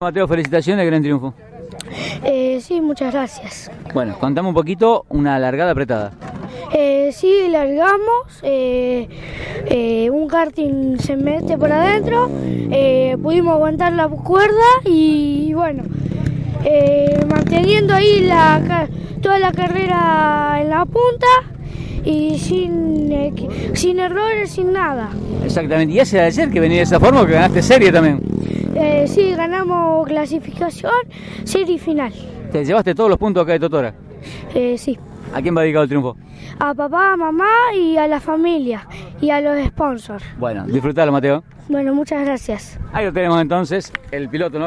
Mateo, felicitaciones, gran triunfo. Eh, sí, muchas gracias. Bueno, contame un poquito una largada apretada. Eh, sí, largamos, eh, eh, un karting se mete por adentro, eh, pudimos aguantar la cuerda y bueno, eh, manteniendo ahí la, ca- toda la carrera en la punta y sin, eh, que- sin errores, sin nada. Exactamente, y hace ayer que venía de esa forma que ganaste serie también. Eh, sí, ganamos clasificación, serie final. Te llevaste todos los puntos acá de Totora. Eh, sí. ¿A quién va dedicado el triunfo? A papá, a mamá y a la familia y a los sponsors. Bueno, disfrutalo, Mateo. Bueno, muchas gracias. Ahí lo tenemos entonces, el piloto, ¿no?